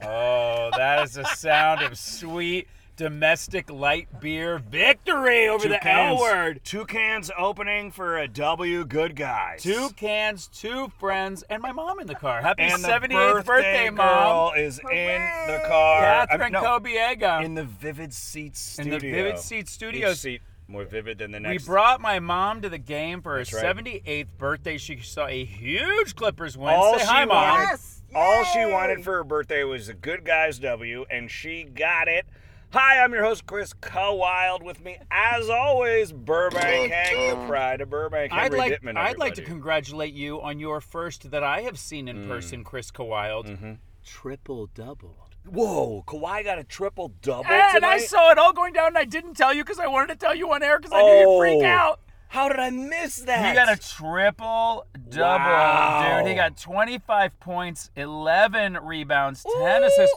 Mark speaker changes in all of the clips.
Speaker 1: Oh, That is the sound of sweet domestic light beer victory over the L word.
Speaker 2: Two cans opening for a W. Good guys.
Speaker 1: Two cans, two friends, and my mom in the car. Happy
Speaker 2: And the
Speaker 1: 78th
Speaker 2: birthday,
Speaker 1: birthday,
Speaker 2: girl
Speaker 1: mom.
Speaker 2: is in the car.
Speaker 1: Catherine
Speaker 2: I mean, no,
Speaker 1: Kobiega.
Speaker 2: in the Vivid Seats
Speaker 1: In
Speaker 2: studio.
Speaker 1: the Vivid Seats studios.
Speaker 2: Each seat more vivid than the
Speaker 1: we
Speaker 2: next.
Speaker 1: brought my mom to the game for her
Speaker 2: right.
Speaker 1: 78th birthday. She saw a huge Clippers win.
Speaker 2: all
Speaker 1: Say
Speaker 2: she
Speaker 1: hi, mom.
Speaker 2: wanted,
Speaker 3: Yes!
Speaker 2: all she
Speaker 3: Yay!
Speaker 2: wanted for her birthday was a good guys W, and she got it. Hi, I'm your host Chris Cowild. With me, as always, Burbank Hank, the pride of Burbank.
Speaker 1: I'd
Speaker 2: Henry
Speaker 1: like
Speaker 2: Dittman,
Speaker 1: I'd like to
Speaker 2: everybody. Hmm.
Speaker 1: congratulate you on your first that I have seen in person, Chris Cowild.
Speaker 3: Triple double.
Speaker 2: Whoa, Kawhi got a triple double
Speaker 1: And I
Speaker 2: tonight.
Speaker 1: saw it all going down, and I didn't tell you because I wanted to tell you on air because I knew
Speaker 2: oh,
Speaker 1: you'd freak out.
Speaker 2: How did I miss that?
Speaker 1: He got a triple double,
Speaker 2: Wow.
Speaker 1: dude. He got 25 points, 11 rebounds, 10 assists.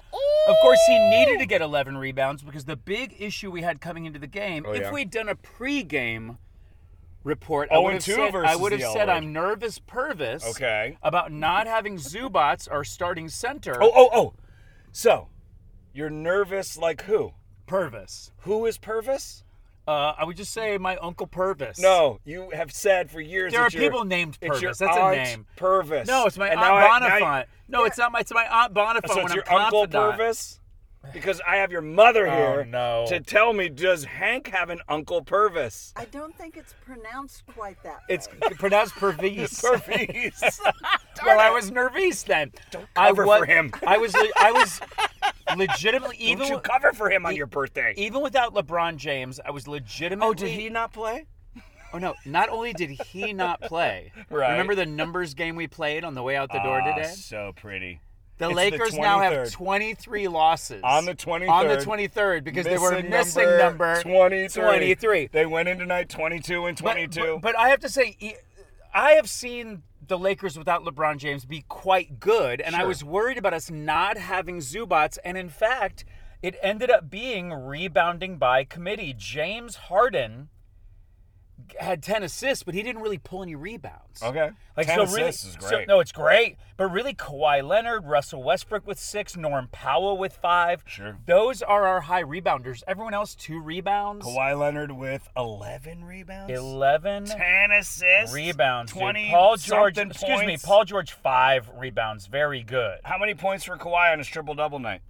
Speaker 1: Of course, he needed to get 11 rebounds because the big issue we had coming into the game,
Speaker 2: Oh,
Speaker 1: if
Speaker 2: yeah.
Speaker 1: we'd done a pregame report, I
Speaker 2: Oh,
Speaker 1: would have
Speaker 2: and two
Speaker 1: said, I
Speaker 2: versus
Speaker 1: would have
Speaker 2: the
Speaker 1: said
Speaker 2: L-word.
Speaker 1: I'm nervous Purvis
Speaker 2: Okay.
Speaker 1: about not having Zubats our starting center.
Speaker 2: Oh, oh, oh. So, you're nervous like who?
Speaker 1: Purvis.
Speaker 2: Who is Purvis?
Speaker 1: Uh, I would just say my uncle Purvis.
Speaker 2: No, you have said for years.
Speaker 1: There are
Speaker 2: it's your-
Speaker 1: people named
Speaker 2: it's your
Speaker 1: Purvis. That's a
Speaker 2: aunt
Speaker 1: name.
Speaker 2: Purvis.
Speaker 1: No, it's my
Speaker 2: And now
Speaker 1: aunt
Speaker 2: I- now you-
Speaker 1: Bonifant. no, it's not my. It's my aunt Bonifant.
Speaker 2: so
Speaker 1: when
Speaker 2: it's
Speaker 1: I'm
Speaker 2: your uncle
Speaker 1: confidant.
Speaker 2: Purvis. Because I have your mother
Speaker 1: Oh,
Speaker 2: here
Speaker 1: no.
Speaker 2: to tell me, does Hank have an uncle Purvis?
Speaker 3: I don't think it's pronounced quite that.
Speaker 1: It's
Speaker 3: way.
Speaker 1: pronounced Purvis.
Speaker 2: Purvis.
Speaker 1: well, I was nervous then.
Speaker 2: Don't
Speaker 1: I
Speaker 2: cover
Speaker 1: wa-
Speaker 2: for him.
Speaker 1: I was. le- I was legitimately even.
Speaker 2: Don't you
Speaker 1: wi-
Speaker 2: cover for him on
Speaker 1: e-
Speaker 2: your birthday?
Speaker 1: even without LeBron James, I was legitimately.
Speaker 2: oh, did he not play?
Speaker 1: Oh no! Not only did he not play.
Speaker 2: Right.
Speaker 1: Remember the numbers game we played on the way out the door
Speaker 2: Ah,
Speaker 1: today.
Speaker 2: So pretty.
Speaker 1: The
Speaker 2: It's the
Speaker 1: Lakers now have
Speaker 2: 23rd.
Speaker 1: 23 losses.
Speaker 2: On the
Speaker 1: On the
Speaker 2: 23rd.
Speaker 1: 23rd because they were missing number,
Speaker 2: 23.
Speaker 1: 23.
Speaker 2: They went in tonight 22 and
Speaker 1: But-
Speaker 2: 22.
Speaker 1: But, but I have to say, e- I have seen the Lakers without LeBron James be quite good, and I
Speaker 2: Sure.
Speaker 1: was worried about us not having Zubats, and in fact, it ended up being rebounding by committee. James Harden had 10 assists, but he didn't really pull any rebounds.
Speaker 2: Okay.
Speaker 1: Like
Speaker 2: 10
Speaker 1: so really,
Speaker 2: assists is
Speaker 1: so-
Speaker 2: great.
Speaker 1: no, it's great. But really, Kawhi Leonard, Russell Westbrook with six, Norm Powell with five.
Speaker 2: Sure.
Speaker 1: Those are our high rebounders. Everyone else, two rebounds.
Speaker 2: Kawhi Leonard with 11 rebounds.
Speaker 1: 11
Speaker 2: 10 assists.
Speaker 1: rebounds. dude.
Speaker 2: 20
Speaker 1: Paul George,
Speaker 2: something
Speaker 1: excuse me,
Speaker 2: points.
Speaker 1: Paul George, five rebounds. Very good.
Speaker 2: How many points for Kawhi on his triple double night?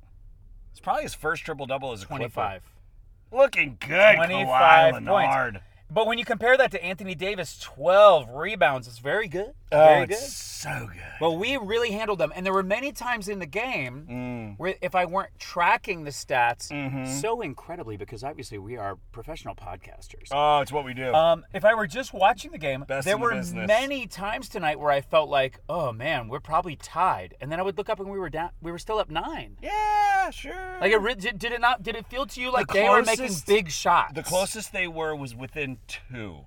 Speaker 2: It's probably his first triple double as a Clipper.
Speaker 1: 25.
Speaker 2: Looking good,
Speaker 1: 25
Speaker 2: Kawhi
Speaker 1: points.
Speaker 2: Leonard.
Speaker 1: But when you compare that to Anthony Davis, 12 rebounds, it's very good.
Speaker 2: Oh,
Speaker 1: very good.
Speaker 2: it's so good.
Speaker 1: Well, we really handled them. And there were many times in the game
Speaker 2: Mm. Mm-hmm.
Speaker 1: where if I weren't tracking the stats so incredibly, because obviously we are professional podcasters.
Speaker 2: Oh, it's what we do.
Speaker 1: Um, if I were just watching the game,
Speaker 2: Best
Speaker 1: there
Speaker 2: in the
Speaker 1: were
Speaker 2: business.
Speaker 1: many times tonight where I felt like, "Oh man, we're probably tied," and then I would look up and we were down. We were still up nine.
Speaker 2: yeah, sure.
Speaker 1: Like it re- did, did it not? Did it feel to you like
Speaker 2: The
Speaker 1: they were making
Speaker 2: closest-
Speaker 1: big shots?
Speaker 2: The closest they were was within two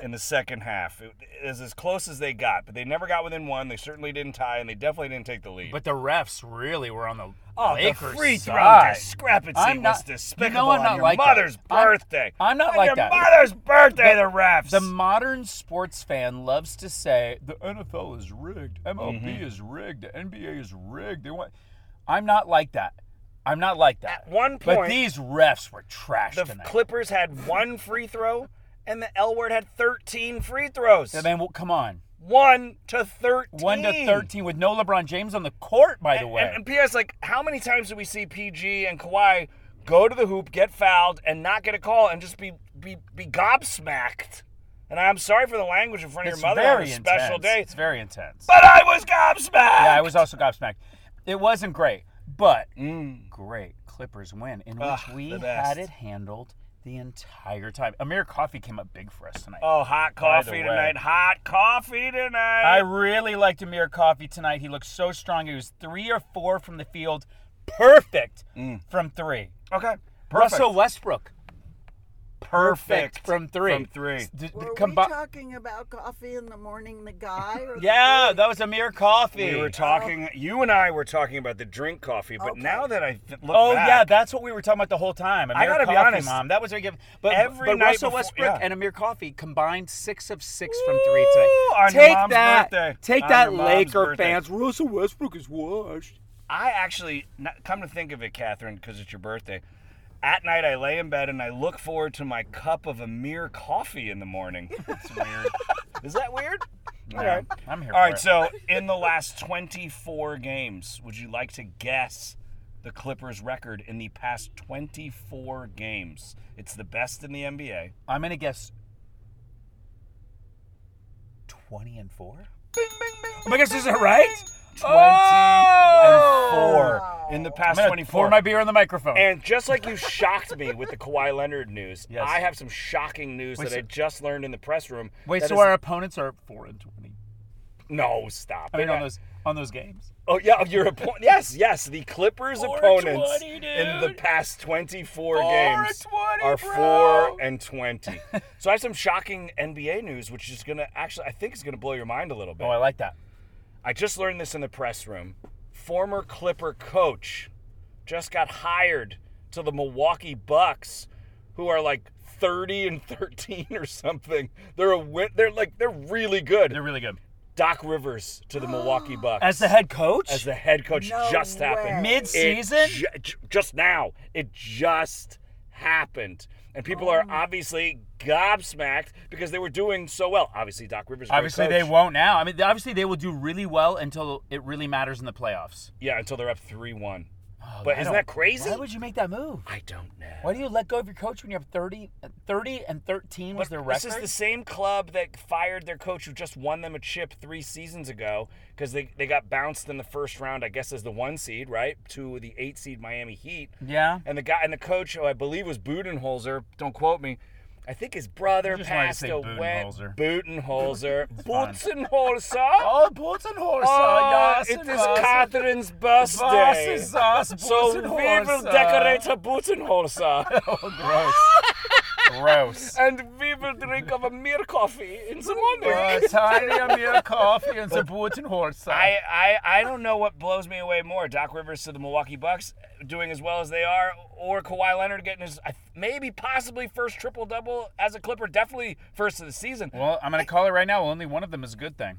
Speaker 2: in the second half. It is as close as they got, but they never got within one. They certainly didn't tie, and they definitely didn't take the lead.
Speaker 1: But the refs really were on the
Speaker 2: oh,
Speaker 1: Lakers
Speaker 2: the free throw
Speaker 1: side.
Speaker 2: discrepancy
Speaker 1: I'm
Speaker 2: was
Speaker 1: not-
Speaker 2: despicable
Speaker 1: you know I'm
Speaker 2: on
Speaker 1: not
Speaker 2: your
Speaker 1: like that.
Speaker 2: mother's
Speaker 1: I'm-
Speaker 2: birthday.
Speaker 1: I'm not
Speaker 2: on
Speaker 1: like
Speaker 2: your
Speaker 1: that.
Speaker 2: mother's birthday, the, refs.
Speaker 1: The modern sports fan loves to say the NFL is rigged, MLB
Speaker 2: Mm-hmm.
Speaker 1: is rigged, the NBA is rigged. They want. I'm not like that. I'm not like that.
Speaker 2: At one
Speaker 1: but
Speaker 2: point-
Speaker 1: these refs were trash
Speaker 2: the
Speaker 1: tonight.
Speaker 2: Clippers had one free throw, and the L word had 13 free throws.
Speaker 1: I mean, well, come on,
Speaker 2: one to 13.
Speaker 1: one to thirteen with no LeBron James on the court. By the
Speaker 2: And-
Speaker 1: way,
Speaker 2: And, and P.S. Like, how many times do we see PG and Kawhi go to the hoop, get fouled, and not get a call, and just be be, be gobsmacked? And I'm sorry for the language in front of
Speaker 1: it's
Speaker 2: your mother on
Speaker 1: very
Speaker 2: a special
Speaker 1: intense.
Speaker 2: day,
Speaker 1: It's very intense.
Speaker 2: but I was gobsmacked.
Speaker 1: Yeah, I was also gobsmacked. It wasn't great, but Mm. great Clippers win in which
Speaker 2: Ugh,
Speaker 1: we
Speaker 2: the best.
Speaker 1: had it handled the entire time. Amir Coffee came up big for us tonight.
Speaker 2: Oh, hot
Speaker 1: By the
Speaker 2: coffee
Speaker 1: way.
Speaker 2: tonight. Hot coffee tonight.
Speaker 1: I really liked Amir Coffee tonight. He looked so strong. He was three or four from the field, perfect from three.
Speaker 2: okay. Perfect.
Speaker 1: Mm. Russell Westbrook, perfect,
Speaker 2: Perfect
Speaker 1: from three.
Speaker 2: from three.
Speaker 1: S- d- d-
Speaker 3: Were we
Speaker 1: combi-
Speaker 3: talking about coffee in the morning, the guy? Or the
Speaker 1: yeah,
Speaker 3: girl?
Speaker 1: that was Amir Coffee.
Speaker 2: We were talking. You and I were talking about the drink coffee, but
Speaker 3: Okay.
Speaker 2: now that I th- look
Speaker 1: Oh
Speaker 2: back,
Speaker 1: yeah, that's what we were talking about the whole time. Amir
Speaker 2: gotta be
Speaker 1: Coffee,
Speaker 2: honest.
Speaker 1: Mom. That was our given. But,
Speaker 2: Every
Speaker 1: but
Speaker 2: night
Speaker 1: Russell
Speaker 2: before-
Speaker 1: Westbrook
Speaker 2: yeah.
Speaker 1: and Amir Coffee combined six of six from three
Speaker 2: Ooh,
Speaker 1: tonight.
Speaker 2: on your
Speaker 1: take
Speaker 2: mom's
Speaker 1: that,
Speaker 2: birthday.
Speaker 1: take
Speaker 2: On
Speaker 1: that,
Speaker 2: your mom's
Speaker 1: Laker
Speaker 2: birthday.
Speaker 1: fans. Russell Westbrook is washed.
Speaker 2: I actually, not- come to think of it, Catherine, because it's your birthday. At night, I lay in bed and I look forward to my cup of a mere coffee in the morning.
Speaker 1: It's weird.
Speaker 2: Is that weird?
Speaker 1: All right. I'm here.
Speaker 2: All
Speaker 1: for
Speaker 2: right,
Speaker 1: it.
Speaker 2: so in the last 24 games, would you like to guess the Clippers' record in the past 24 games? It's the best in the NBA.
Speaker 1: I'm gonna guess twenty and four. Oh my gosh, is it right?
Speaker 2: 20 and 4 in the
Speaker 1: I'm
Speaker 2: past
Speaker 1: gonna
Speaker 2: 24.
Speaker 1: pour my beer on the microphone.
Speaker 2: and just like you shocked me with the Kawhi Leonard news,
Speaker 1: Yes.
Speaker 2: I have some shocking news
Speaker 1: Wait,
Speaker 2: that I
Speaker 1: so-
Speaker 2: just learned in the press room.
Speaker 1: Wait,
Speaker 2: that
Speaker 1: so
Speaker 2: is-
Speaker 1: our opponents are four and twenty.
Speaker 2: no stop.
Speaker 1: I mean,
Speaker 2: They're
Speaker 1: on
Speaker 2: not-
Speaker 1: those on those games.
Speaker 2: Oh yeah, your opponent. Yes, yes, the Clippers'
Speaker 1: Four
Speaker 2: opponents
Speaker 1: twenty, dude.
Speaker 2: in the past 24
Speaker 1: Four
Speaker 2: games
Speaker 1: twenty,
Speaker 2: are
Speaker 1: bro.
Speaker 2: four and 20. so I have some shocking NBA news, which is gonna actually, I think, is gonna blow your mind a little bit.
Speaker 1: Oh, I like that.
Speaker 2: I just learned this in the press room. Former Clipper coach just got hired to the Milwaukee Bucks, who are like 30 and 13 or something. They're a win- they're like they're really good.
Speaker 1: They're really good.
Speaker 2: Doc Rivers to the Milwaukee Bucks
Speaker 1: As the head coach,
Speaker 2: as the head coach
Speaker 3: No
Speaker 2: just happened.
Speaker 3: way.
Speaker 1: Mid-season?
Speaker 2: It ju- ju- just now. It just happened. And people are
Speaker 3: Oh.
Speaker 2: obviously gobsmacked because they were doing so well. Obviously, Doc Rivers. is a great
Speaker 1: obviously they
Speaker 2: coach.
Speaker 1: won't now. I mean, obviously they will do really well until it really matters in the playoffs.
Speaker 2: Yeah, until they're up three-one.
Speaker 1: Oh,
Speaker 2: But
Speaker 1: I
Speaker 2: isn't
Speaker 1: don't-
Speaker 2: that crazy?
Speaker 1: Why would you make that move?
Speaker 2: I don't know.
Speaker 1: Why do you let go of your coach when you're 30, 30 and 13 was
Speaker 2: But
Speaker 1: their record?
Speaker 2: This is the same club that fired their coach who just won them a chip three seasons ago because they, they got bounced in the first round, I guess, as the one seed, right? To the eight seed Miami Heat.
Speaker 1: yeah.
Speaker 2: And the guy and the coach, who I believe was Budenholzer, don't quote me. I think his brother
Speaker 1: just wanted to
Speaker 2: passed
Speaker 1: say
Speaker 2: away.
Speaker 1: Budenholzer.
Speaker 2: Budenholzer.
Speaker 1: fine.
Speaker 2: Budenholzer.
Speaker 1: Oh, boots and horse.
Speaker 2: Oh, it is Catherine's birthday. So we will decorate her Budenholzer.
Speaker 1: Gross. Oh, Gross.
Speaker 2: and we will drink of a mere coffee in the morning.
Speaker 1: Uh, tiny mere coffee and some boots and horse.
Speaker 2: I, I, I don't know what blows me away more: Doc Rivers to the Milwaukee Bucks doing as well as they are, or Kawhi Leonard getting his I- maybe possibly first triple double as a Clipper, definitely first of the season.
Speaker 1: well, I'm going to call it right now. Only one of them is a good thing.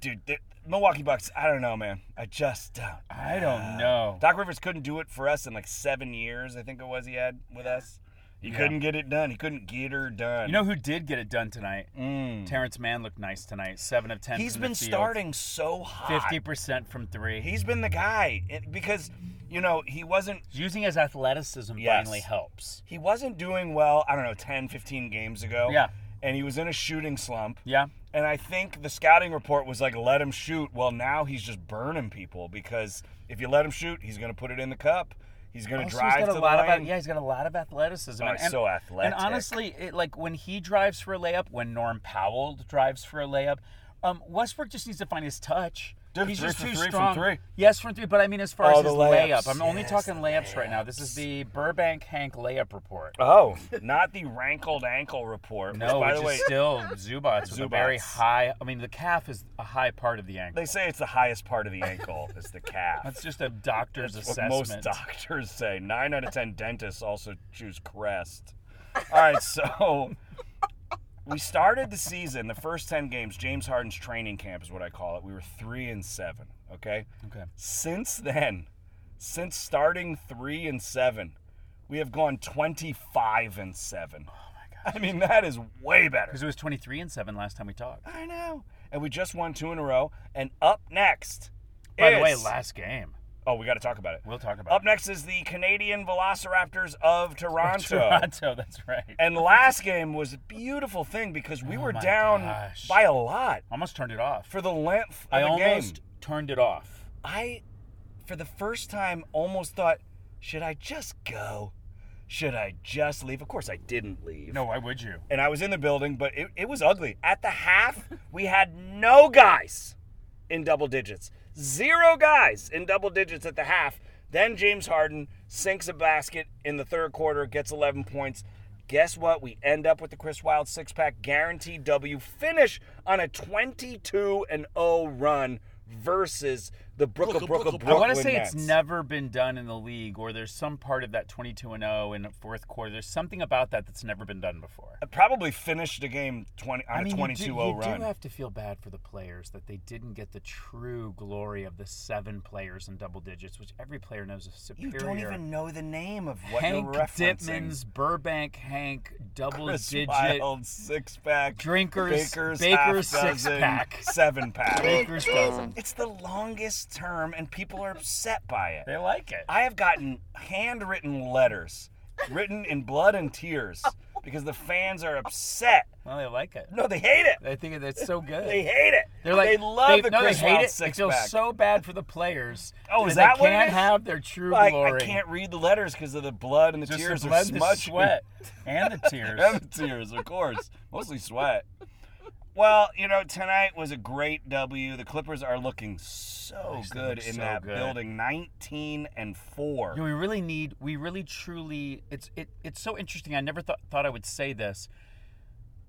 Speaker 2: Dude, the Milwaukee Bucks. I don't know, man. I just don't.
Speaker 1: I don't know.
Speaker 2: Doc Rivers couldn't do it for us in like seven years. I think it was he had with us. He
Speaker 1: Yeah.
Speaker 2: couldn't get it done. He couldn't get her done.
Speaker 1: You know who did get it done tonight?
Speaker 2: Mm.
Speaker 1: Terrence Mann looked nice tonight. 7 of 10.
Speaker 2: he's
Speaker 1: from the
Speaker 2: been
Speaker 1: field.
Speaker 2: starting so hot.
Speaker 1: 50% from three.
Speaker 2: He's been the guy It- because you know he wasn't
Speaker 1: Using his athleticism
Speaker 2: Yes.
Speaker 1: finally helps.
Speaker 2: he wasn't doing well, I don't know, 10, 15 games ago.
Speaker 1: Yeah.
Speaker 2: And he was in a shooting slump.
Speaker 1: Yeah.
Speaker 2: And I think the scouting report was like, let him shoot. Well, now he's just burning people because if you let him shoot, he's going to put it in the cup. He's going to
Speaker 1: Also,
Speaker 2: drive
Speaker 1: he's got
Speaker 2: to
Speaker 1: a
Speaker 2: the
Speaker 1: lot
Speaker 2: line.
Speaker 1: Of, yeah, he's got a lot of athleticism.
Speaker 2: Oh,
Speaker 1: and,
Speaker 2: he's so athletic.
Speaker 1: And honestly, it, like when he drives for a layup, when Norm Powell drives for a layup, um, Westbrook just needs to find his touch.
Speaker 2: Dude,
Speaker 1: he's
Speaker 2: three
Speaker 1: just
Speaker 2: for
Speaker 1: too
Speaker 2: three from
Speaker 1: strong.
Speaker 2: three.
Speaker 1: Yes, from three. But I mean, as far
Speaker 2: Oh,
Speaker 1: as
Speaker 2: the
Speaker 1: his
Speaker 2: layups.
Speaker 1: layup, I'm only
Speaker 2: Yes,
Speaker 1: talking
Speaker 2: the
Speaker 1: layups, right now. This is the Burbank Hank layup report.
Speaker 2: Oh, not the rankled ankle report.
Speaker 1: no,
Speaker 2: which, by
Speaker 1: which
Speaker 2: the way,
Speaker 1: is still Zubats with a very
Speaker 2: Zubats.
Speaker 1: high. I mean, the calf is a high part of the ankle.
Speaker 2: they say it's the highest part of the ankle is the calf.
Speaker 1: That's just a doctor's
Speaker 2: That's what
Speaker 1: assessment.
Speaker 2: most doctors say. Nine out of ten dentists also choose Crest. All right, so we started the season, the first ten games, James Harden's training camp is what I call it. We were three and seven. Okay.
Speaker 1: okay.
Speaker 2: Since then, since starting three and seven, we have gone twenty-five and seven. Oh my god! I mean, that is way better.
Speaker 1: Because it was 23 and seven last time we talked.
Speaker 2: I know. And we just won two in a row. And up next,
Speaker 1: By the way,
Speaker 2: is-
Speaker 1: last game.
Speaker 2: oh, we got to talk about it.
Speaker 1: We'll talk about it.
Speaker 2: Up next is the Canadian Velociraptors of Toronto.
Speaker 1: Toronto, that's right.
Speaker 2: And last game was a beautiful thing because we were
Speaker 1: Oh my
Speaker 2: down
Speaker 1: gosh.
Speaker 2: by a lot
Speaker 1: Almost turned it off.
Speaker 2: for the length of
Speaker 1: I
Speaker 2: the
Speaker 1: almost
Speaker 2: game.
Speaker 1: turned it off.
Speaker 2: I, for the first time, almost thought, should I just go? Should I just leave? Of course, I didn't leave.
Speaker 1: No, why would you?
Speaker 2: And I was in the building, but it, it was ugly. At the half, we had no guys in double digits. Zero guys in double digits at the half. Then James Harden sinks a basket in the third quarter, gets 11 points. Guess what? We end up with the Chris Wild six pack guaranteed W finish on a 22 and 0 run oh versus the Brooklyn,
Speaker 4: Brooklyn,
Speaker 2: Brooklyn,
Speaker 4: Brooklyn,
Speaker 2: Brooklyn.
Speaker 4: Brooklyn.
Speaker 1: I want to say it's
Speaker 2: Nets.
Speaker 1: never been done in the league, or there's some part of that 22 and 0 in the fourth quarter. There's something about that that's never been done before.
Speaker 2: probably finished the game 20 on a
Speaker 1: you
Speaker 2: 22
Speaker 1: do, you
Speaker 2: 0
Speaker 1: do
Speaker 2: run.
Speaker 1: have to feel bad for the players that they didn't get the true glory of the seven players in double digits, which every player knows is
Speaker 2: you
Speaker 1: superior.
Speaker 2: don't even know the name of what
Speaker 1: Hank
Speaker 2: you're referencing.
Speaker 1: Dittman's Burbank Hank double
Speaker 2: Chris
Speaker 1: digit
Speaker 2: Wild six pack.
Speaker 1: Drinkers-
Speaker 2: Baker's,
Speaker 1: Baker's
Speaker 2: half dozen,
Speaker 1: six-pack.
Speaker 2: Seven pack.
Speaker 1: Baker's dozen.
Speaker 2: it's the longest term, and people are upset by it.
Speaker 1: They like it.
Speaker 2: I have gotten handwritten letters written in blood and tears because the fans are upset.
Speaker 1: Well, they like it.
Speaker 2: No, they hate it.
Speaker 1: They think that's so good.
Speaker 2: They hate it.
Speaker 1: They're like
Speaker 2: they love
Speaker 1: they,
Speaker 2: the
Speaker 1: no,
Speaker 2: Chris
Speaker 1: they hate
Speaker 2: Wild
Speaker 1: it. They
Speaker 2: six
Speaker 1: feel
Speaker 2: pack.
Speaker 1: so bad for the players.
Speaker 2: Oh, is
Speaker 1: that
Speaker 2: that
Speaker 1: they
Speaker 2: what it
Speaker 1: can't
Speaker 2: is?
Speaker 1: have their true
Speaker 2: like,
Speaker 1: glory.
Speaker 2: I can't read the letters because of the blood and the
Speaker 1: Just
Speaker 2: tears
Speaker 1: the
Speaker 2: are
Speaker 1: blood, and the
Speaker 2: smudged.
Speaker 1: sweat, and the tears.
Speaker 2: And the tears, of course. Mostly sweat. Well, you know, tonight was a great W. The Clippers are looking so
Speaker 1: Nice, they
Speaker 2: good
Speaker 1: look
Speaker 2: in
Speaker 1: so
Speaker 2: that
Speaker 1: good.
Speaker 2: building. 19 and 4.
Speaker 1: Yeah, we really need. We really, truly. It's it. It's so interesting. I never thought thought I would say this.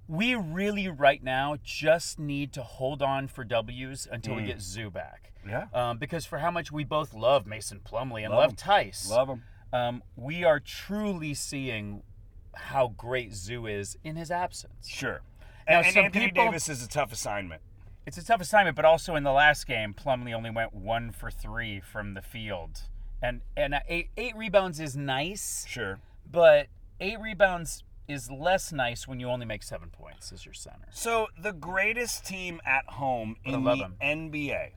Speaker 1: We really, right now, just need to hold on for W's until we get Zoo back.
Speaker 2: Mm. Yeah.
Speaker 1: Um, because for how much we both love Mason Plumley and
Speaker 2: Love
Speaker 1: love,
Speaker 2: him.
Speaker 1: Tice,
Speaker 2: Love them.
Speaker 1: um, we are truly seeing how great Zoo is in his absence.
Speaker 2: Sure.
Speaker 1: Now,
Speaker 2: And, and
Speaker 1: some
Speaker 2: Anthony
Speaker 1: people-
Speaker 2: Davis is a tough assignment.
Speaker 1: It's a tough assignment, but also in the last game, Plumlee only went one for three from the field, and and uh, eight, eight rebounds is nice,
Speaker 2: Sure.
Speaker 1: but eight rebounds is less nice when you only make seven points as your center.
Speaker 2: So the greatest team at home
Speaker 1: But I
Speaker 2: in
Speaker 1: love
Speaker 2: the
Speaker 1: him. Hmm.
Speaker 2: NBA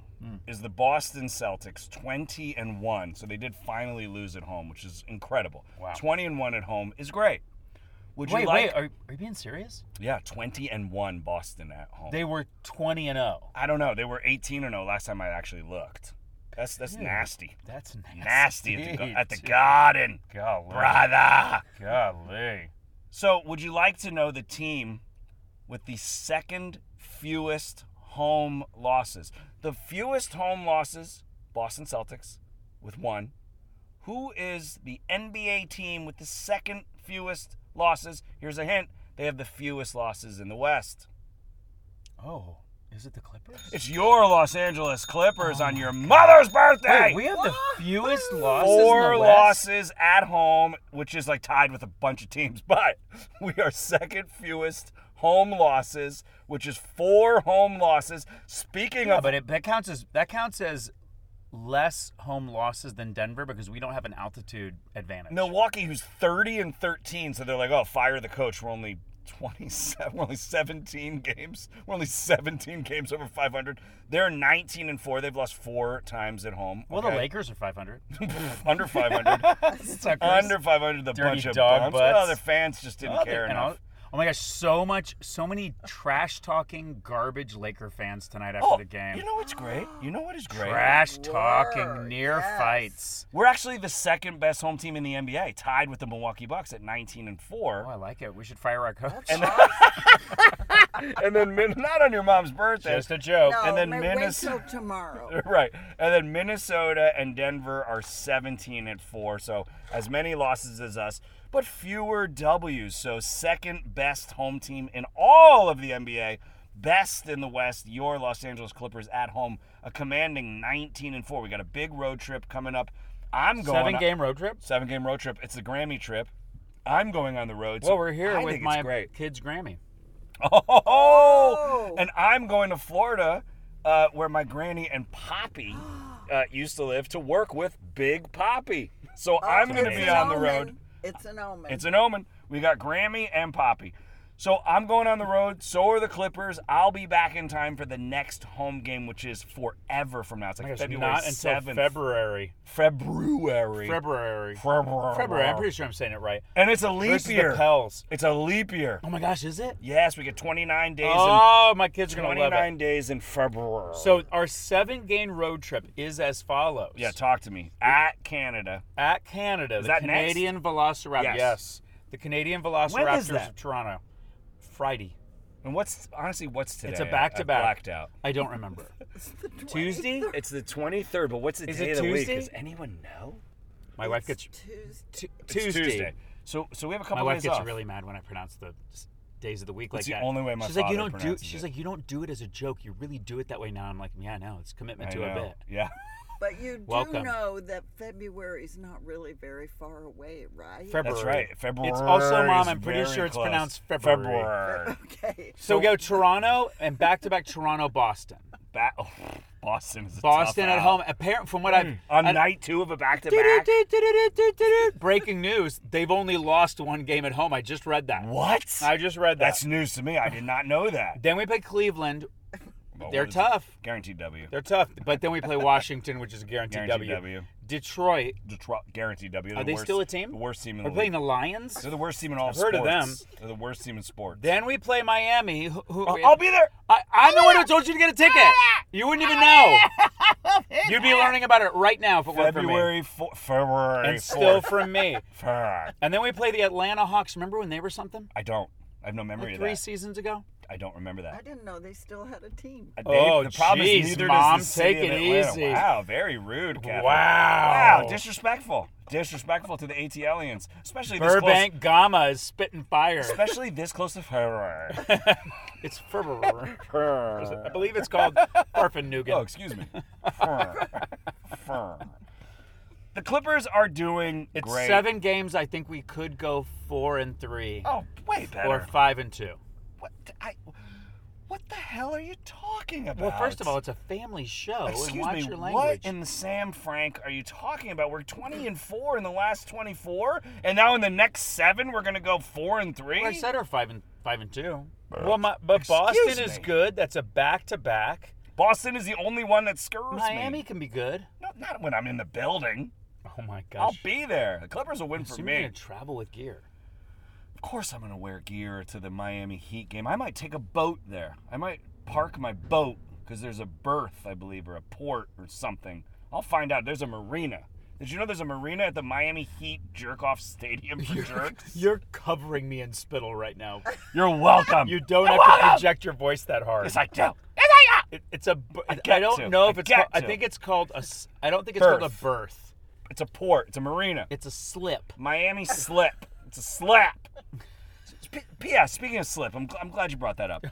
Speaker 2: is the Boston Celtics, twenty and one. So they did finally lose at home, which is incredible.
Speaker 1: Wow.
Speaker 2: Twenty and one at home is great. Would
Speaker 1: wait,
Speaker 2: you
Speaker 1: wait,
Speaker 2: like?
Speaker 1: are, are you being serious?
Speaker 2: yeah, twenty and one Boston at home.
Speaker 1: They were twenty and zero.
Speaker 2: I don't know. They were eighteen and zero last time I actually looked. That's that's
Speaker 1: Dude.
Speaker 2: nasty.
Speaker 1: That's nasty.
Speaker 2: Nasty at the, gar- at the
Speaker 1: dude.
Speaker 2: Garden,
Speaker 1: Golly.
Speaker 2: brother.
Speaker 1: Golly.
Speaker 2: So, would you like to know the team with the second fewest home losses? The fewest home losses, Boston Celtics with one. Who is the NBA team with the second fewest losses? Here's a hint they have the fewest losses in the West.
Speaker 1: Oh, is it the Clippers?
Speaker 2: It's your Los Angeles Clippers on your mother's birthday.
Speaker 1: Wait, we have the fewest losses. in the
Speaker 2: Four
Speaker 1: West?
Speaker 2: losses at home, which is like tied with a bunch of teams, but we are second fewest home losses, which is four home losses. Speaking
Speaker 1: Yeah,
Speaker 2: of,
Speaker 1: but it, that counts as that counts as less home losses than Denver because we don't have an altitude advantage.
Speaker 2: Milwaukee, who's 30 and 13, so they're like, oh, fire the coach. We're only 27, we're only 17 games. We're only 17 games over 500. They're 19 and 4. They've lost four times at home.
Speaker 1: Well,
Speaker 2: okay?
Speaker 1: the Lakers are 500.
Speaker 2: Under 500.
Speaker 1: Suckers.
Speaker 2: Under 500, the
Speaker 1: Dirty
Speaker 2: bunch of
Speaker 1: dog
Speaker 2: bums.
Speaker 1: butts.
Speaker 2: Well, their fans just didn't
Speaker 1: Oh, they-
Speaker 2: care
Speaker 1: and
Speaker 2: enough.
Speaker 1: I'll- Oh my gosh, so much, so many trash talking, garbage Laker fans tonight after the game.
Speaker 2: Oh, You know what's great? You know what is great?
Speaker 1: trash talking,
Speaker 3: Word,
Speaker 1: near
Speaker 3: yes.
Speaker 1: fights.
Speaker 2: We're actually the second best home team in the NBA, tied with the Milwaukee Bucks at 19 and
Speaker 1: Oh,
Speaker 2: 4.
Speaker 1: I like it. We should fire our coach.
Speaker 3: That's awesome.
Speaker 2: and then Min- not on your mom's birthday.
Speaker 1: Just a joke.
Speaker 3: no,
Speaker 2: and then
Speaker 3: ma-
Speaker 2: Minnesota-
Speaker 3: Wait till tomorrow.
Speaker 2: right. And then Minnesota and Denver are 17 and 4, so as many losses as us, but fewer W's. So second best home team in all of the NBA. Best in the West, your Los Angeles Clippers at home, a commanding 19 and 4. We got a big road trip coming up. I'm going
Speaker 1: Seven game road trip.
Speaker 2: seven game road trip. It's the Grammy trip. I'm going on the road. so
Speaker 1: Well, we're here
Speaker 2: I
Speaker 1: with
Speaker 2: think
Speaker 1: my
Speaker 2: it's great.
Speaker 1: kid's Grammy.
Speaker 2: Oh,
Speaker 3: Oh.
Speaker 2: and I'm going to Florida, uh, where my granny and Poppy uh, used to live, to work with Big Poppy. So I'm going to
Speaker 3: It's
Speaker 2: be
Speaker 3: an
Speaker 2: on the
Speaker 3: omen.
Speaker 2: road.
Speaker 3: It's an omen.
Speaker 2: It's an omen. We got Grammy and Poppy. So I'm going on the road. So are the Clippers. I'll be back in time for the next home game, which is forever from now. It's like February
Speaker 1: not until
Speaker 2: 7th.
Speaker 1: February.
Speaker 2: February.
Speaker 1: February.
Speaker 2: February.
Speaker 1: February. I'm pretty sure I'm saying it right.
Speaker 2: And it's a leap
Speaker 1: Versus the
Speaker 2: year.
Speaker 1: Pels.
Speaker 2: It's a leap year.
Speaker 1: Oh my gosh, is it?
Speaker 2: Yes, we get 29 days
Speaker 1: Oh, my kids are
Speaker 2: in
Speaker 1: gonna love it.
Speaker 2: 29 days in February.
Speaker 1: So our seven game road trip is as follows.
Speaker 2: yeah, talk to me at Canada.
Speaker 1: at Canada, the
Speaker 2: that next?
Speaker 1: Canadian Velociraptor.
Speaker 2: Yes.
Speaker 1: the Canadian
Speaker 2: When is
Speaker 1: Velociraptors
Speaker 2: that?
Speaker 1: of Toronto. Friday.
Speaker 2: And what's honestly what's today?
Speaker 1: It's a
Speaker 2: I-
Speaker 1: back to
Speaker 2: I
Speaker 1: back.
Speaker 2: Blacked out.
Speaker 1: I don't remember. Tuesday.
Speaker 2: It's the 23rd, but what's the
Speaker 1: Is
Speaker 2: day
Speaker 1: it
Speaker 2: of the
Speaker 1: Tuesday?
Speaker 2: week? Does anyone know?
Speaker 1: My wife
Speaker 3: It's
Speaker 1: gets
Speaker 3: Tuesday.
Speaker 1: Tu-
Speaker 2: It's Tuesday. So so we have a
Speaker 1: My
Speaker 2: couple
Speaker 1: wife
Speaker 2: days
Speaker 1: gets
Speaker 2: off.
Speaker 1: really mad when I pronounce the s- days of the week
Speaker 2: That's
Speaker 1: like
Speaker 2: the
Speaker 1: that.
Speaker 2: only way my
Speaker 1: she's like you don't
Speaker 2: father
Speaker 1: do.
Speaker 2: pronounces
Speaker 1: She's
Speaker 2: it."
Speaker 1: like you don't do it as a joke. You really do it that way now. I'm like yeah, no, it's commitment
Speaker 2: I
Speaker 1: to a
Speaker 2: know.
Speaker 1: bit.
Speaker 2: Yeah.
Speaker 3: But you do
Speaker 1: Welcome.
Speaker 3: know that February is not really very far away, right?
Speaker 1: February.
Speaker 2: That's right. February.
Speaker 1: It's also, Mom,
Speaker 2: is
Speaker 1: I'm pretty
Speaker 2: very
Speaker 1: sure it's
Speaker 2: close.
Speaker 1: pronounced February.
Speaker 2: February.
Speaker 3: okay.
Speaker 1: So we go Toronto and back to back Toronto Boston.
Speaker 2: Ba- oh, Boston is a
Speaker 1: Boston
Speaker 2: tough
Speaker 1: at
Speaker 2: out.
Speaker 1: home. Apparent from what I've
Speaker 2: on
Speaker 1: I-
Speaker 2: night two of a back to back.
Speaker 1: Breaking news: They've only lost one game at home. I just read that.
Speaker 2: What?
Speaker 1: I just read that.
Speaker 2: That's news to me. I did not know that.
Speaker 1: Then we play Cleveland.
Speaker 2: But
Speaker 1: They're
Speaker 2: what is it?
Speaker 1: tough.
Speaker 2: Guaranteed W.
Speaker 1: They're tough, but then we play Washington, which is a guaranteed,
Speaker 2: Guaranteed
Speaker 1: w.
Speaker 2: W.
Speaker 1: Detroit.
Speaker 2: Detroit. Guaranteed W.
Speaker 1: Are
Speaker 2: the
Speaker 1: they
Speaker 2: worst-
Speaker 1: still a team?
Speaker 2: The worst team in
Speaker 1: We're
Speaker 2: the
Speaker 1: playing
Speaker 2: league.
Speaker 1: the Lions.
Speaker 2: Mm. They're the worst team in all
Speaker 1: I've heard
Speaker 2: sports.
Speaker 1: of them.
Speaker 2: They're the worst team in sports.
Speaker 1: Then we play Miami. Who, who,
Speaker 2: I'll I'll be there.
Speaker 1: I, I'm the one who told you to get a ticket. You wouldn't even know. You'd be learning about it right now if it weren't for me.
Speaker 2: February four, February
Speaker 1: And still
Speaker 2: fourth.
Speaker 1: from me.
Speaker 2: Fuck.
Speaker 1: And then we play the Atlanta Hawks. Remember when they were something?
Speaker 2: I don't. I have no memory
Speaker 1: Like
Speaker 2: of
Speaker 1: three
Speaker 2: that.
Speaker 1: seasons ago.
Speaker 2: I don't remember
Speaker 3: I
Speaker 2: that.
Speaker 3: didn't know they still had a team.
Speaker 2: Uh,
Speaker 1: Oh,
Speaker 2: the problem
Speaker 1: jeez,
Speaker 2: is neither
Speaker 1: Mom,
Speaker 2: does the city
Speaker 1: take
Speaker 2: of
Speaker 1: it
Speaker 2: Atlanta.
Speaker 1: easy.
Speaker 2: Wow, very rude, Kevin.
Speaker 1: Wow.
Speaker 2: Wow, disrespectful. Disrespectful to the ATLians, especially this
Speaker 1: Burbank Gamma is spitting fire.
Speaker 2: close. Especially this close to February.
Speaker 1: It's February. I
Speaker 2: oh,
Speaker 1: believe it's called Farfanugan.
Speaker 2: excuse me. the Clippers are doing
Speaker 1: it's
Speaker 2: great.
Speaker 1: seven games. I think we could go four and three,
Speaker 2: Oh, way better.
Speaker 1: or five and two.
Speaker 2: what, the- I, what the hell are you talking about?
Speaker 1: Well, first of all, it's a family show, and
Speaker 2: Excuse
Speaker 1: watch
Speaker 2: me,
Speaker 1: your
Speaker 2: what
Speaker 1: language.
Speaker 2: in the Sam Frank are you talking about? We're 20 and 4 in the last 24, and now in the next seven, we're going to go 4 and 3?
Speaker 1: Well, I said are five and five and two. Well, my, but
Speaker 2: Excuse
Speaker 1: Boston
Speaker 2: me.
Speaker 1: is good. That's a back to back.
Speaker 2: Boston is the only one that scurs
Speaker 1: Miami
Speaker 2: me.
Speaker 1: can be good.
Speaker 2: No, not when I'm in the building.
Speaker 1: Oh my gosh!
Speaker 2: I'll be there. The Clippers will win for
Speaker 1: Assume
Speaker 2: me.
Speaker 1: you're gonna travel with gear.
Speaker 2: Of course, I'm going to wear gear to the Miami Heat game. I might take a boat there. I might park my boat because there's a berth, I believe, or a port or something. I'll find out. There's a marina. Did you know there's a marina at the Miami Heat Jerk Off Stadium for jerks?
Speaker 1: You're covering me in spittle right now.
Speaker 2: You're welcome.
Speaker 1: You don't have to project your voice that hard.
Speaker 2: Yes, I do.
Speaker 1: It- it's a. b- I,
Speaker 2: get
Speaker 1: don't
Speaker 2: to.
Speaker 1: know if
Speaker 2: I
Speaker 1: it's.
Speaker 2: get
Speaker 1: Called, I
Speaker 2: to.
Speaker 1: think it's called a. s- I don't think it's called a
Speaker 2: Birth.
Speaker 1: birth.
Speaker 2: It's a port. It's a marina.
Speaker 1: It's a slip.
Speaker 2: Miami slip. It's a slap. P- P.S. Speaking of slip, I'm, gl- I'm glad you brought that up.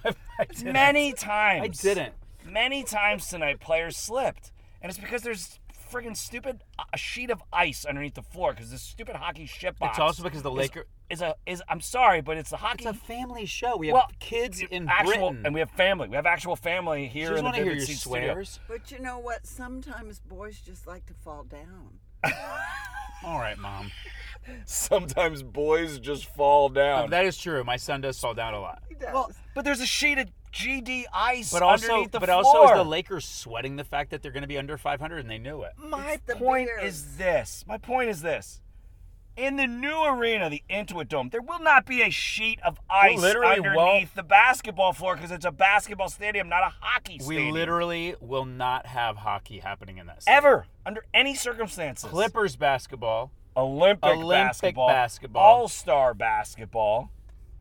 Speaker 2: Many
Speaker 1: I
Speaker 2: times.
Speaker 1: didn't.
Speaker 2: Many times tonight, players slipped, and it's because there's friggin' stupid uh, a sheet of ice underneath the floor because this stupid hockey shit box.
Speaker 1: It's also because the
Speaker 2: is-
Speaker 1: Laker-
Speaker 2: is, a is. I'm sorry, but it's the hockey.
Speaker 1: It's a family show. We have
Speaker 2: well,
Speaker 1: kids in
Speaker 2: actual,
Speaker 1: Britain.
Speaker 2: and we have family. We have actual family here
Speaker 1: just
Speaker 2: in the
Speaker 1: want to hear
Speaker 2: Vivid
Speaker 1: your
Speaker 2: Seats studio.
Speaker 1: swears.
Speaker 3: But you know what? Sometimes boys just like to fall down.
Speaker 1: All right, mom.
Speaker 2: Sometimes boys just fall down.
Speaker 1: That is true. My son does fall down a lot.
Speaker 3: He does.
Speaker 2: Well, but there's a sheet of GD ice
Speaker 1: But also,
Speaker 2: underneath the
Speaker 1: but
Speaker 2: floor.
Speaker 1: also, is the Lakers sweating the fact that they're going to be under 500 and they knew it?
Speaker 2: My
Speaker 3: It's the
Speaker 2: point
Speaker 3: Bears.
Speaker 2: is this. My point is this. In the new arena, the Intuit Dome, there will not be a sheet of ice
Speaker 1: literally
Speaker 2: underneath
Speaker 1: won't-
Speaker 2: the basketball floor because it's a basketball stadium, not a hockey stadium.
Speaker 1: We literally will not have hockey happening in this
Speaker 2: ever under any circumstances.
Speaker 1: Clippers basketball.
Speaker 2: Olympic,
Speaker 1: Olympic
Speaker 2: basketball,
Speaker 1: basketball.
Speaker 2: All-Star basketball.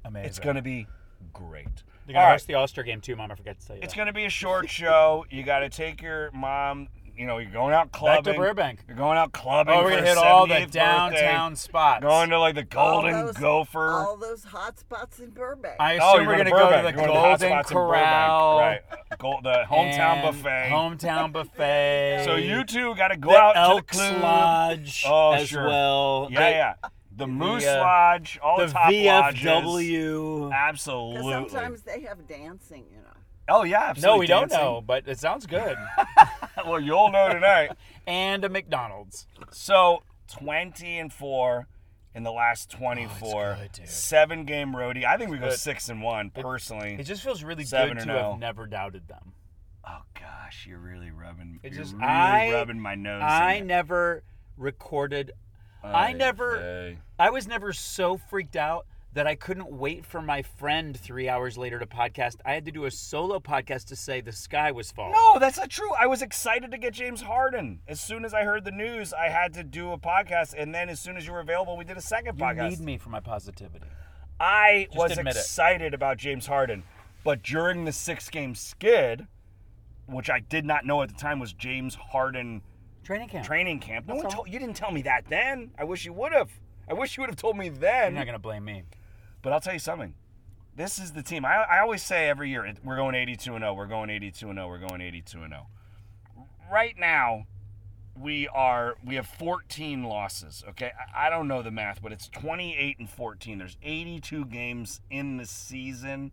Speaker 1: Amazing.
Speaker 2: It's going to be great.
Speaker 1: They're
Speaker 2: All
Speaker 1: going to
Speaker 2: right.
Speaker 1: host the All Star game too, mom. I forgot to tell you.
Speaker 2: It's
Speaker 1: that.
Speaker 2: going to be a short show. You got to take your mom. You know, you're going out clubbing.
Speaker 1: Burbank.
Speaker 2: You're going out clubbing.
Speaker 1: Oh, we're
Speaker 2: going
Speaker 1: gonna
Speaker 2: to
Speaker 1: hit all the downtown spots.
Speaker 2: Going to like the
Speaker 3: All
Speaker 2: Golden
Speaker 3: those-
Speaker 2: Gopher.
Speaker 3: All those hot spots in Burbank.
Speaker 1: I assume
Speaker 2: oh,
Speaker 1: we're
Speaker 2: you're
Speaker 1: going to go to
Speaker 2: Burbank.
Speaker 1: the
Speaker 2: You're going to the
Speaker 1: Golden
Speaker 2: hot spots in Burbank,
Speaker 1: Corral,
Speaker 2: right? Go, the hometown
Speaker 1: and
Speaker 2: buffet.
Speaker 1: Hometown buffet.
Speaker 2: so you two got to go
Speaker 1: the
Speaker 2: out
Speaker 1: Elks
Speaker 2: to the club.
Speaker 1: Lodge
Speaker 2: Oh,
Speaker 1: as
Speaker 2: sure.
Speaker 1: well.
Speaker 2: Yeah,
Speaker 1: They-
Speaker 2: yeah. The Moose
Speaker 1: uh,
Speaker 2: Lodge, all the,
Speaker 1: The
Speaker 2: top lodges.
Speaker 1: VFW.
Speaker 3: Because
Speaker 2: Absolutely.
Speaker 3: sometimes they have dancing, you know.
Speaker 2: oh yeah, absolutely.
Speaker 1: No, we don't
Speaker 2: dancing.
Speaker 1: know, but it sounds good.
Speaker 2: well, you'll know tonight.
Speaker 1: and a McDonald's.
Speaker 2: So twenty and four in the last twenty-four,
Speaker 1: Oh, it's good, dude.
Speaker 2: seven game roadie. I think we go
Speaker 1: good.
Speaker 2: six and one personally.
Speaker 1: It just feels really
Speaker 2: Seven
Speaker 1: good
Speaker 2: or
Speaker 1: to
Speaker 2: no.
Speaker 1: have never doubted them.
Speaker 2: oh gosh, you're really rubbing.
Speaker 1: It
Speaker 2: you're
Speaker 1: just-
Speaker 2: really
Speaker 1: I-
Speaker 2: rubbing my nose.
Speaker 1: I
Speaker 2: in it.
Speaker 1: never recorded. I never-
Speaker 2: Okay.
Speaker 1: I was never so freaked out that I couldn't wait for my friend three hours later to podcast. I had to do a solo podcast to say the sky was falling.
Speaker 2: No, that's not true. I was excited to get James Harden. As soon as I heard the news, I had to do a podcast, and then as soon as you were available, we did a second
Speaker 1: you
Speaker 2: podcast.
Speaker 1: need me for my positivity.
Speaker 2: I
Speaker 1: Just
Speaker 2: was
Speaker 1: admit it.
Speaker 2: excited about James Harden, but during the six game skid, which I did not know at the time was James Harden
Speaker 1: Training camp.
Speaker 2: training camp. No one
Speaker 1: That's all.
Speaker 2: told you didn't tell me that then. I wish you would have. I wish you would have told me then.
Speaker 1: You're not gonna blame me.
Speaker 2: but I'll tell you something. This is the team. I, I always say every year it- we're going 82 and 0. We're going 82 and 0. We're going 82 and 0. Right now, we are we have 14 losses. Okay, I, I don't know the math, but it's 28 and 14. There's 82 games in the season.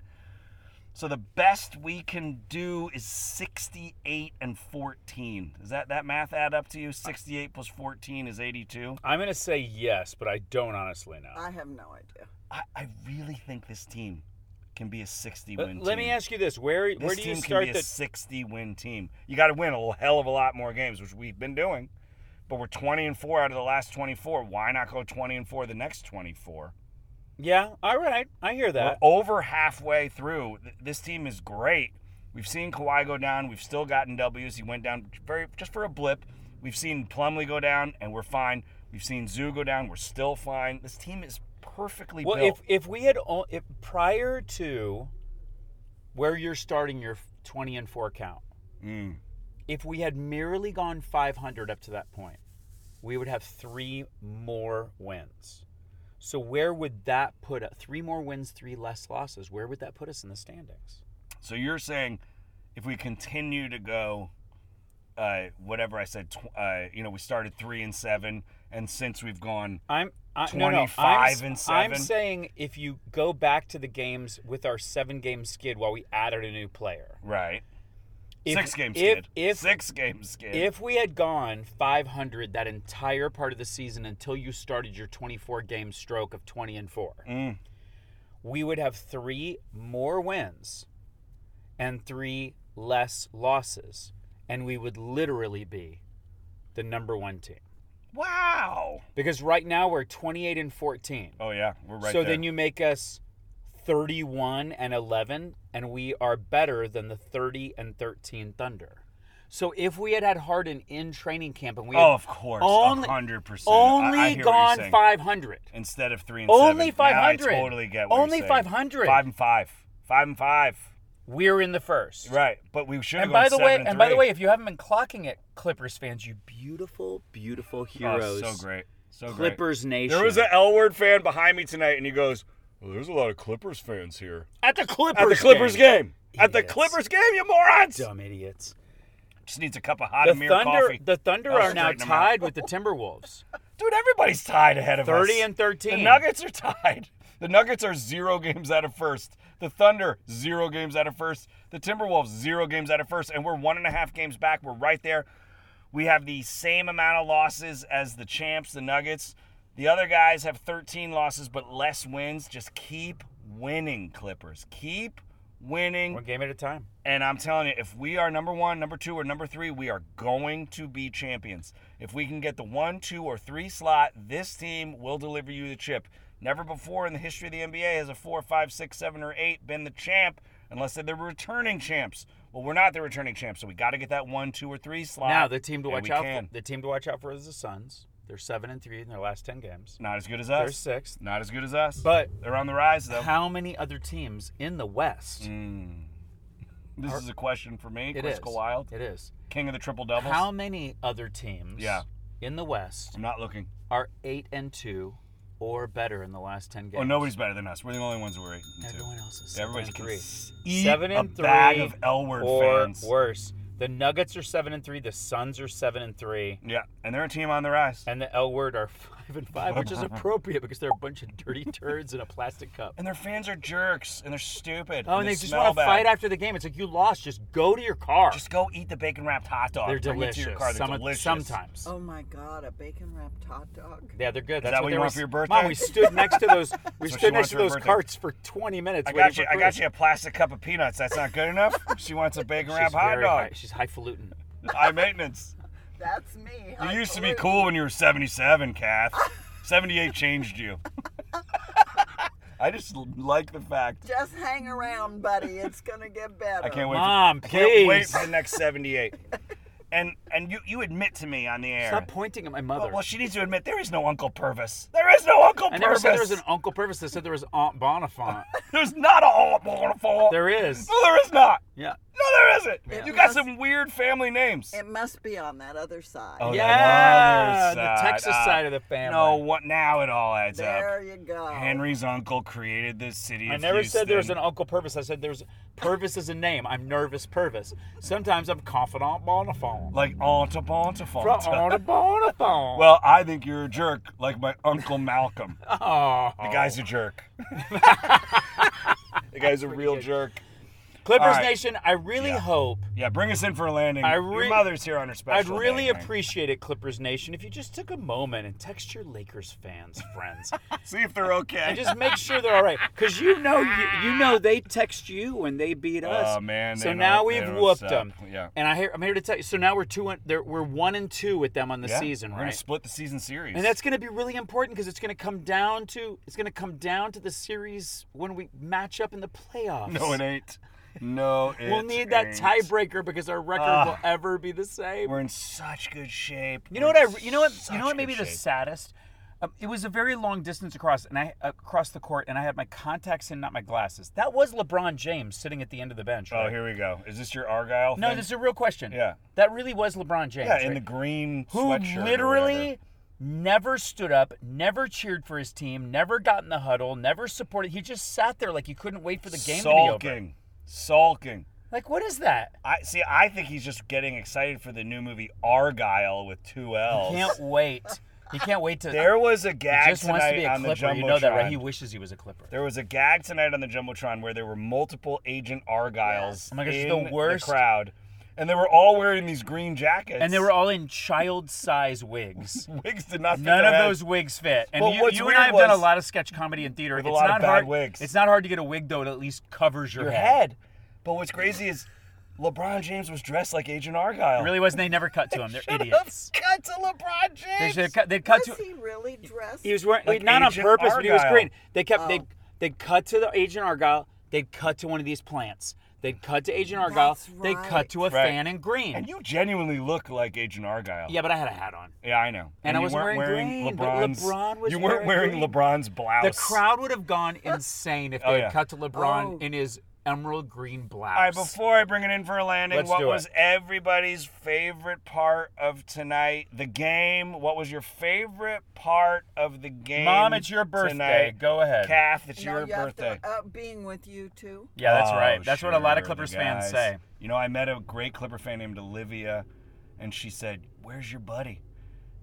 Speaker 2: So the best we can do is 68 and 14. Does that that math add up to you? 68 plus 14 is 82.
Speaker 1: I'm gonna say yes, but I don't honestly know.
Speaker 2: Uh,
Speaker 3: I have no idea.
Speaker 2: I, I really think this team can be a 60
Speaker 1: But
Speaker 2: win.
Speaker 1: let me
Speaker 2: team.
Speaker 1: ask you this: Where
Speaker 2: This
Speaker 1: where do you
Speaker 2: team
Speaker 1: start
Speaker 2: can be a
Speaker 1: the
Speaker 2: 60 win team. You got to win a hell of a lot more games, which we've been doing. But we're 20 and 4 out of the last 24. Why not go 20 and 4 the next 24?
Speaker 1: Yeah, all right, I hear that.
Speaker 2: We're over halfway through. Th- This team is great. We've seen Kawhi go down. We've still gotten W's. He went down very just for a blip. We've seen Plumlee go down, and we're fine. We've seen Zoo go down. We're still fine. This team is perfectly
Speaker 1: Well,
Speaker 2: built.
Speaker 1: if if we had o- if prior to where you're starting your 20 and 4 count,
Speaker 2: Mm.
Speaker 1: if we had merely gone 500 up to that point, we would have three more wins. So where would that put us? Three more wins, three less losses. Where would that put us in the standings?
Speaker 2: So you're saying if we continue to go, uh, whatever I said, tw- uh, you know, we started three and seven, and since we've gone,
Speaker 1: I'm I, no, no,
Speaker 2: 25
Speaker 1: I'm,
Speaker 2: and
Speaker 1: I'm
Speaker 2: seven.
Speaker 1: saying if you go back to the games with our seven game skid while we added a new player.
Speaker 2: right,
Speaker 1: If-
Speaker 2: six games
Speaker 1: if-
Speaker 2: skid,
Speaker 1: if-
Speaker 2: six games skid.
Speaker 1: If we had gone 500 that entire part of the season until you started your 24 game stroke of 20 and 4,
Speaker 2: Mm.
Speaker 1: we would have three more wins and three less losses. And we would literally be the number one team.
Speaker 2: wow.
Speaker 1: Because right now we're 28 and 14.
Speaker 2: Oh yeah, we're right.
Speaker 1: so
Speaker 2: there.
Speaker 1: then you make us 31 and 11 and we are better than the 30 and 13 thunder so if we had had harden in training camp and we had
Speaker 2: oh, of course,
Speaker 1: only-
Speaker 2: hundred percent.
Speaker 1: only
Speaker 2: I, I hear what you're
Speaker 1: gone
Speaker 2: saying.
Speaker 1: 500
Speaker 2: instead of three and
Speaker 1: Only
Speaker 2: seven. Now I
Speaker 1: 500.
Speaker 2: totally get what
Speaker 1: Only
Speaker 2: you're saying.
Speaker 1: 500.
Speaker 2: Five and five. Five and five.
Speaker 1: we're in the first
Speaker 2: Right, but we should have
Speaker 1: and
Speaker 2: gone
Speaker 1: by the
Speaker 2: seven
Speaker 1: way
Speaker 2: and,
Speaker 1: and by the
Speaker 2: three.
Speaker 1: way if you haven't been clocking it clippers fans you beautiful beautiful
Speaker 2: oh,
Speaker 1: heroes
Speaker 2: so great, so great.
Speaker 1: clippers nation
Speaker 2: There was an L word fan behind me tonight, and he goes, well, "There's a lot of Clippers fans here
Speaker 1: at the clippers
Speaker 2: at the Clippers game. At the
Speaker 1: Idiots.
Speaker 2: Clippers game, you morons!
Speaker 1: dumb idiots
Speaker 2: Just needs a cup of hot
Speaker 1: the
Speaker 2: Amir
Speaker 1: thunder
Speaker 2: coffee,
Speaker 1: the thunder
Speaker 2: That'll
Speaker 1: are now
Speaker 2: straighten 'em out.
Speaker 1: tied with the timberwolves
Speaker 2: dude. Everybody's tied ahead of us.
Speaker 1: 30 and 13
Speaker 2: The Nuggets are tied. The Nuggets are zero games out of first. The Thunder zero games out of first. The Timberwolves zero games out of first, and we're one and a half games back. We're right there. We have the same amount of losses as the champs, the Nuggets. The other guys have 13 losses but less wins. Just keep winning, Clippers. Keep winning.
Speaker 1: one game at a time
Speaker 2: And I'm telling you, if we are number one, number two, or number three, we are going to be champions. If we can get the one, two, or three slot, this team will deliver you the chip. Never before in the history of the NBA has a four, five, six, seven, or eight been the champ unless they're the returning champs. Well, we're not the returning champs, so we got to get that one, two, or three slot.
Speaker 1: Now the team to
Speaker 2: and
Speaker 1: watch
Speaker 2: we
Speaker 1: out
Speaker 2: can.
Speaker 1: for the team to watch out for is the Suns. They're seven and three in their last ten games.
Speaker 2: Not as good as
Speaker 1: They're
Speaker 2: us.
Speaker 1: sixth.
Speaker 2: Not as good as us.
Speaker 1: But
Speaker 2: they're on the rise, though.
Speaker 1: how many other teams in the West?
Speaker 2: Mm. This is a question for me,
Speaker 1: It
Speaker 2: Chris
Speaker 1: is.
Speaker 2: Wild,
Speaker 1: It is.
Speaker 2: king of the triple doubles.
Speaker 1: How many other teams
Speaker 2: Yeah.
Speaker 1: in the West
Speaker 2: I'm not looking.
Speaker 1: are eight and two or better in the last ten games?
Speaker 2: Oh, nobody's better than us. We're the only ones who are eight and two.
Speaker 1: Everyone else is seven
Speaker 2: Everybody's
Speaker 1: and three.
Speaker 2: eat
Speaker 1: Seven
Speaker 2: a
Speaker 1: and three
Speaker 2: bag of L word
Speaker 1: or
Speaker 2: fans.
Speaker 1: worse. The Nuggets are seven and three. The Suns are seven and three.
Speaker 2: Yeah, and they're a team on the rise.
Speaker 1: And the L word are five and five, which is appropriate because they're a bunch of dirty turds in a plastic cup.
Speaker 2: And their fans are jerks, and they're stupid.
Speaker 1: Oh, and they just
Speaker 2: smell
Speaker 1: want to
Speaker 2: bad.
Speaker 1: fight after the game. It's like you lost. Just go to your car.
Speaker 2: Just go eat the bacon wrapped hot dog.
Speaker 1: they're
Speaker 2: Bring
Speaker 1: delicious.
Speaker 2: It to your car. They're
Speaker 1: Some-
Speaker 2: delicious.
Speaker 1: Sometimes.
Speaker 3: Oh my god, a bacon wrapped hot dog.
Speaker 1: Yeah, they're good. That's
Speaker 2: that what
Speaker 1: what
Speaker 2: you
Speaker 1: they
Speaker 2: want
Speaker 1: were-
Speaker 2: for your birthday?
Speaker 1: Mom, we stood next to those. We
Speaker 2: what she
Speaker 1: stood next
Speaker 2: wants
Speaker 1: to
Speaker 2: for her
Speaker 1: those
Speaker 2: birthday.
Speaker 1: carts for 20 minutes.
Speaker 2: I
Speaker 1: waiting
Speaker 2: got you.
Speaker 1: for
Speaker 2: I
Speaker 1: Chris.
Speaker 2: got you a plastic cup of peanuts. That's not good enough. she wants a bacon
Speaker 1: She's
Speaker 2: wrapped hot
Speaker 1: very
Speaker 2: dog.
Speaker 1: high- She's highfalutin.
Speaker 2: High maintenance.
Speaker 3: That's me.
Speaker 2: You
Speaker 3: I
Speaker 2: used to be
Speaker 3: believe.
Speaker 2: cool when you were 77, Kath. 78 changed you. I just like the fact
Speaker 3: Just hang around, buddy. It's gonna get better.
Speaker 2: I can't wait.
Speaker 1: Mom,
Speaker 2: for, I can't wait
Speaker 1: please.
Speaker 2: for the next seventy-eight. and and you you admit to me on the air.
Speaker 1: Stop pointing at my mother.
Speaker 2: Well, Oh, well, she needs to admit there is no Uncle Purvis. There is no Uncle
Speaker 1: I never
Speaker 2: Purvis.
Speaker 1: said there was an Uncle Purvis. I said there was Aunt Bonifant.
Speaker 2: There's not a Aunt Bonifant.
Speaker 1: there is.
Speaker 2: No, there is not.
Speaker 1: Yeah.
Speaker 2: No, there isn't.
Speaker 3: It
Speaker 2: you got
Speaker 3: must-
Speaker 2: some weird family names.
Speaker 3: It must be on that other side.
Speaker 2: Oh,
Speaker 1: yeah.
Speaker 2: the
Speaker 1: The
Speaker 2: other side.
Speaker 1: Texas
Speaker 2: Ah,
Speaker 1: side of the family.
Speaker 2: No, what now? It all adds up.
Speaker 3: there you go.
Speaker 2: Henry's uncle created the city.
Speaker 1: I
Speaker 2: of
Speaker 1: never said there was an
Speaker 2: Houston.
Speaker 1: Uncle Purvis. I said there's Purvis is a name. I'm nervous Purvis. Sometimes I'm confidant Bonifant.
Speaker 2: like Aunt
Speaker 1: From
Speaker 2: Bonifant.
Speaker 1: Aunt Bonifant.
Speaker 2: Well, I think you're a jerk, like my uncle Malcolm.
Speaker 1: oh.
Speaker 2: The guy's a jerk. the guy's a real jerk.
Speaker 1: Clippers
Speaker 2: all right.
Speaker 1: Nation, I really
Speaker 2: Yeah.
Speaker 1: hope
Speaker 2: Yeah, bring us in for a landing.
Speaker 1: I
Speaker 2: Your
Speaker 1: re-
Speaker 2: mother's here on her
Speaker 1: I'd
Speaker 2: special.
Speaker 1: really
Speaker 2: dang, man.
Speaker 1: appreciate it, Clippers Nation, if you just took a moment and text your Lakers fans, friends,
Speaker 2: See if they're okay.
Speaker 1: and just make sure they're all right. Because you know, you, you know, they text you when they beat us.
Speaker 2: Oh, man, they
Speaker 1: So
Speaker 2: don't-
Speaker 1: now
Speaker 2: they
Speaker 1: we've
Speaker 2: don't
Speaker 1: whooped
Speaker 2: suck.
Speaker 1: them.
Speaker 2: Yeah.
Speaker 1: And I hear, I'm here to tell you. So now we're two. And, they're- we're one and two with them on the
Speaker 2: Yeah,
Speaker 1: season,
Speaker 2: we're gonna
Speaker 1: right?
Speaker 2: Split the season series.
Speaker 1: And that's going to be really important because it's going to come down to it's going to come down to the series when we match up in the playoffs.
Speaker 2: no, it ain't. No, it
Speaker 1: We'll need that
Speaker 2: ain't. Ah.
Speaker 1: tiebreaker because our record will ever be the same.
Speaker 2: We're in such good shape.
Speaker 1: You know
Speaker 2: We're
Speaker 1: what I? You know what?
Speaker 2: such
Speaker 1: You know what?
Speaker 2: good
Speaker 1: made me the
Speaker 2: shape.
Speaker 1: saddest. Um, it was a very long distance across, and I across the court, and I had my contacts in, not my glasses. That was LeBron James sitting at the end of the bench.
Speaker 2: Oh,
Speaker 1: right?
Speaker 2: here we go. Is this your Argyle?
Speaker 1: no,
Speaker 2: thing?
Speaker 1: this is a real question.
Speaker 2: Yeah.
Speaker 1: that really was LeBron James.
Speaker 2: Yeah, in the
Speaker 1: right?
Speaker 2: green
Speaker 1: who
Speaker 2: sweatshirt. or whatever.
Speaker 1: literally never stood up, never cheered for his team, never got in the huddle, never supported. He just sat there like he couldn't wait for the game to be over.
Speaker 2: sulking, sulking.
Speaker 1: Like, what is that?
Speaker 2: I see. I think he's just getting excited for the new movie Argyle with two L's.
Speaker 1: Can't wait. He can't wait to.
Speaker 2: There was a
Speaker 1: he
Speaker 2: gag
Speaker 1: just
Speaker 2: tonight
Speaker 1: wants to be a
Speaker 2: on the
Speaker 1: Clipper.
Speaker 2: jumbotron.
Speaker 1: You know that, right? He wishes he was a Clipper.
Speaker 2: There was a gag tonight on the jumbotron where there were multiple Agent Argyles
Speaker 1: Oh my gosh, it's
Speaker 2: in
Speaker 1: the worst.
Speaker 2: crowd, and they were all wearing these green jackets.
Speaker 1: and they were all in child size wigs.
Speaker 2: wigs did not. fit
Speaker 1: None
Speaker 2: their
Speaker 1: of
Speaker 2: heads.
Speaker 1: those wigs fit. And
Speaker 2: Well,
Speaker 1: you,
Speaker 2: what's
Speaker 1: you and I
Speaker 2: weird
Speaker 1: have done a
Speaker 2: was-
Speaker 1: lot of sketch comedy and theater.
Speaker 2: With a
Speaker 1: it's
Speaker 2: lot of
Speaker 1: not
Speaker 2: bad
Speaker 1: hard.
Speaker 2: wigs.
Speaker 1: It's not hard to get a wig though that at least covers your,
Speaker 2: your head. But what's crazy is LeBron James was dressed like Agent Argyle.
Speaker 1: It really was. and They never cut to him. They're
Speaker 2: Should've
Speaker 1: idiots.
Speaker 2: Cut to LeBron
Speaker 1: They
Speaker 2: James.
Speaker 1: should have cut. They cut
Speaker 3: Was
Speaker 1: to.
Speaker 3: he really dressed?
Speaker 1: He was wearing
Speaker 2: Like
Speaker 1: not
Speaker 2: Agent
Speaker 1: on purpose, but he was
Speaker 2: Argyle.
Speaker 1: green. They kept
Speaker 3: Oh.
Speaker 1: they they cut to the Agent Argyle. They'd cut to one of these plants. They'd cut to Agent Argyle.
Speaker 3: That's
Speaker 1: They'd cut to a
Speaker 2: right.
Speaker 1: fan in green.
Speaker 2: and you genuinely look like Agent Argyle.
Speaker 1: yeah, but I had a hat on.
Speaker 2: Yeah, I know.
Speaker 1: And I
Speaker 2: you
Speaker 1: wasn't
Speaker 2: weren't
Speaker 1: wearing green, but
Speaker 2: LeBron's.
Speaker 1: LeBron was
Speaker 2: you weren't
Speaker 1: wearing
Speaker 2: wearing
Speaker 1: green.
Speaker 2: LeBron's blouse.
Speaker 1: The crowd would have gone insane if they
Speaker 2: Oh,
Speaker 1: had
Speaker 2: yeah.
Speaker 1: cut to LeBron
Speaker 3: Oh.
Speaker 1: in his emerald green blouse.
Speaker 2: All right, before I bring it in for a landing,
Speaker 1: Let's
Speaker 2: what
Speaker 1: do it.
Speaker 2: was everybody's favorite part of tonight? The game. What was your favorite part of the game?
Speaker 1: Mom, it's your birthday.
Speaker 2: Tonight?
Speaker 1: Go ahead.
Speaker 2: Kath, it's
Speaker 3: No,
Speaker 2: your
Speaker 3: you have to-
Speaker 2: birthday.
Speaker 3: uh, being with you too.
Speaker 1: yeah, that's
Speaker 2: Oh,
Speaker 1: right. That's what a lot of
Speaker 2: sure,
Speaker 1: Clippers
Speaker 2: the
Speaker 1: fans
Speaker 2: guys.
Speaker 1: say.
Speaker 2: You know, I met a great Clipper fan named Olivia, and she said, "Where's your buddy?"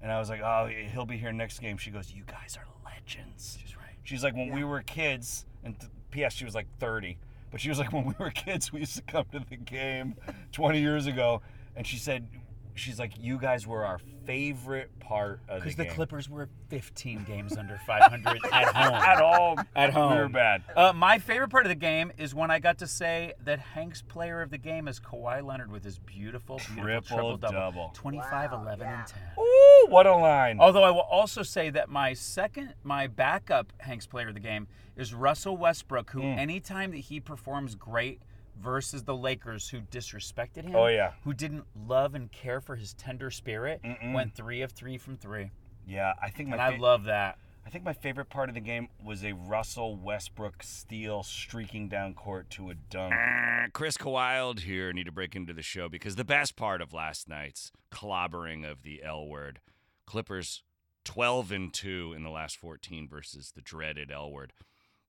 Speaker 2: And I was like, "Oh, he'll be here next game." She goes, "You guys are legends." She's right. She's like, "When we were kids," and th- P.S. She was like 30, but she was like, "When we were kids, we used to come to the game 20 years ago," and she said. She's like, you guys were our favorite part of the
Speaker 1: Because
Speaker 2: game.
Speaker 1: the Clippers were 15 games under 500 at home.
Speaker 2: at home,
Speaker 1: At home.
Speaker 2: we were bad.
Speaker 1: Uh, my favorite part of the game is when I got to say that Hank's player of the game is Kawhi Leonard with his beautiful, beautiful triple
Speaker 2: Triple-double.
Speaker 1: double 25, 11, and 10.
Speaker 2: Ooh, what a line!
Speaker 1: Although I will also say that my second, my backup Hank's player of the game is Russell Westbrook, who
Speaker 2: Hmm.
Speaker 1: anytime that he performs great versus the Lakers, who disrespected him,
Speaker 2: Oh, yeah.
Speaker 1: who didn't love and care for his tender spirit, went three of three from three,
Speaker 2: Yeah, I think my
Speaker 1: and I
Speaker 2: fa-
Speaker 1: love that.
Speaker 2: I think my favorite part of the game was a Russell Westbrook steal streaking down court to a dunk.
Speaker 4: Uh, Chris Kawiled here. Need to break into the show because the best part of last night's clobbering of the L word, Clippers 12 and 2 in the last 14 versus the dreaded L word.